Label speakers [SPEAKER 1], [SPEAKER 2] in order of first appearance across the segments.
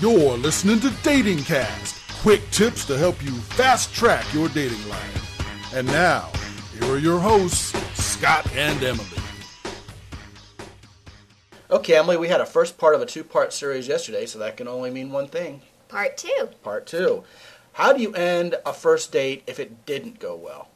[SPEAKER 1] You're listening to Dating Cast. Quick tips to help you fast track your dating life. And now, here are your hosts, Scott and Emily.
[SPEAKER 2] Okay, Emily, we had a first part of a two part series yesterday, so that can only mean one thing.
[SPEAKER 3] Part two.
[SPEAKER 2] Part two. How do you end a first date if it didn't go well?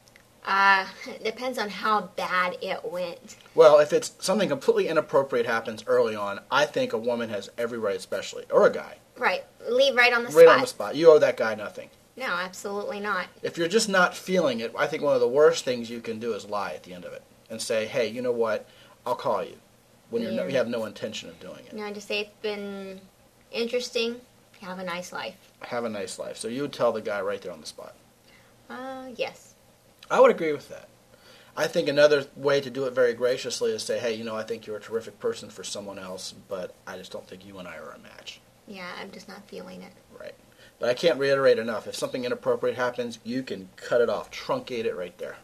[SPEAKER 3] Uh, it depends on how bad it went.
[SPEAKER 2] Well, if it's something completely inappropriate happens early on, I think a woman has every right, especially, or a guy,
[SPEAKER 3] Right. Leave right on the
[SPEAKER 2] right
[SPEAKER 3] spot.
[SPEAKER 2] on the spot. You owe that guy nothing.
[SPEAKER 3] No, absolutely not.
[SPEAKER 2] If you're just not feeling it, I think one of the worst things you can do is lie at the end of it and say, hey, you know what? I'll call you when you're no,
[SPEAKER 3] Yeah.
[SPEAKER 2] you have no intention of doing it.
[SPEAKER 3] No, I just say it's been interesting. Have a nice life.
[SPEAKER 2] Have a nice life. So you would tell the guy right there on the spot.
[SPEAKER 3] Uh, yes.
[SPEAKER 2] I would agree with that. I think another way to do it very graciously is say, hey, you know, I think you're a terrific person for someone else, but I just don't think you and I are a match.
[SPEAKER 3] Yeah, I'm just not feeling it.
[SPEAKER 2] Right. But I can't reiterate enough. If something inappropriate happens, you can cut it off, truncate it right there.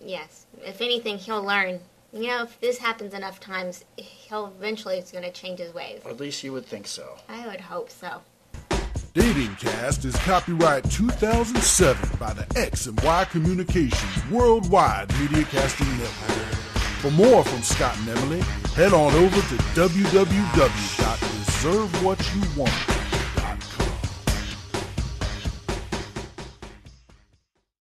[SPEAKER 3] Yes. If anything, he'll learn. You know, if this happens enough times, he'll eventually is going to change his ways.
[SPEAKER 2] Or at least you would think so.
[SPEAKER 3] I would hope so.
[SPEAKER 1] Dating Cast is copyright 2007 by the X and Y Communications Worldwide Media Casting Network. For more from Scott and Emily, head on over to www.reservewhatyouwant.com.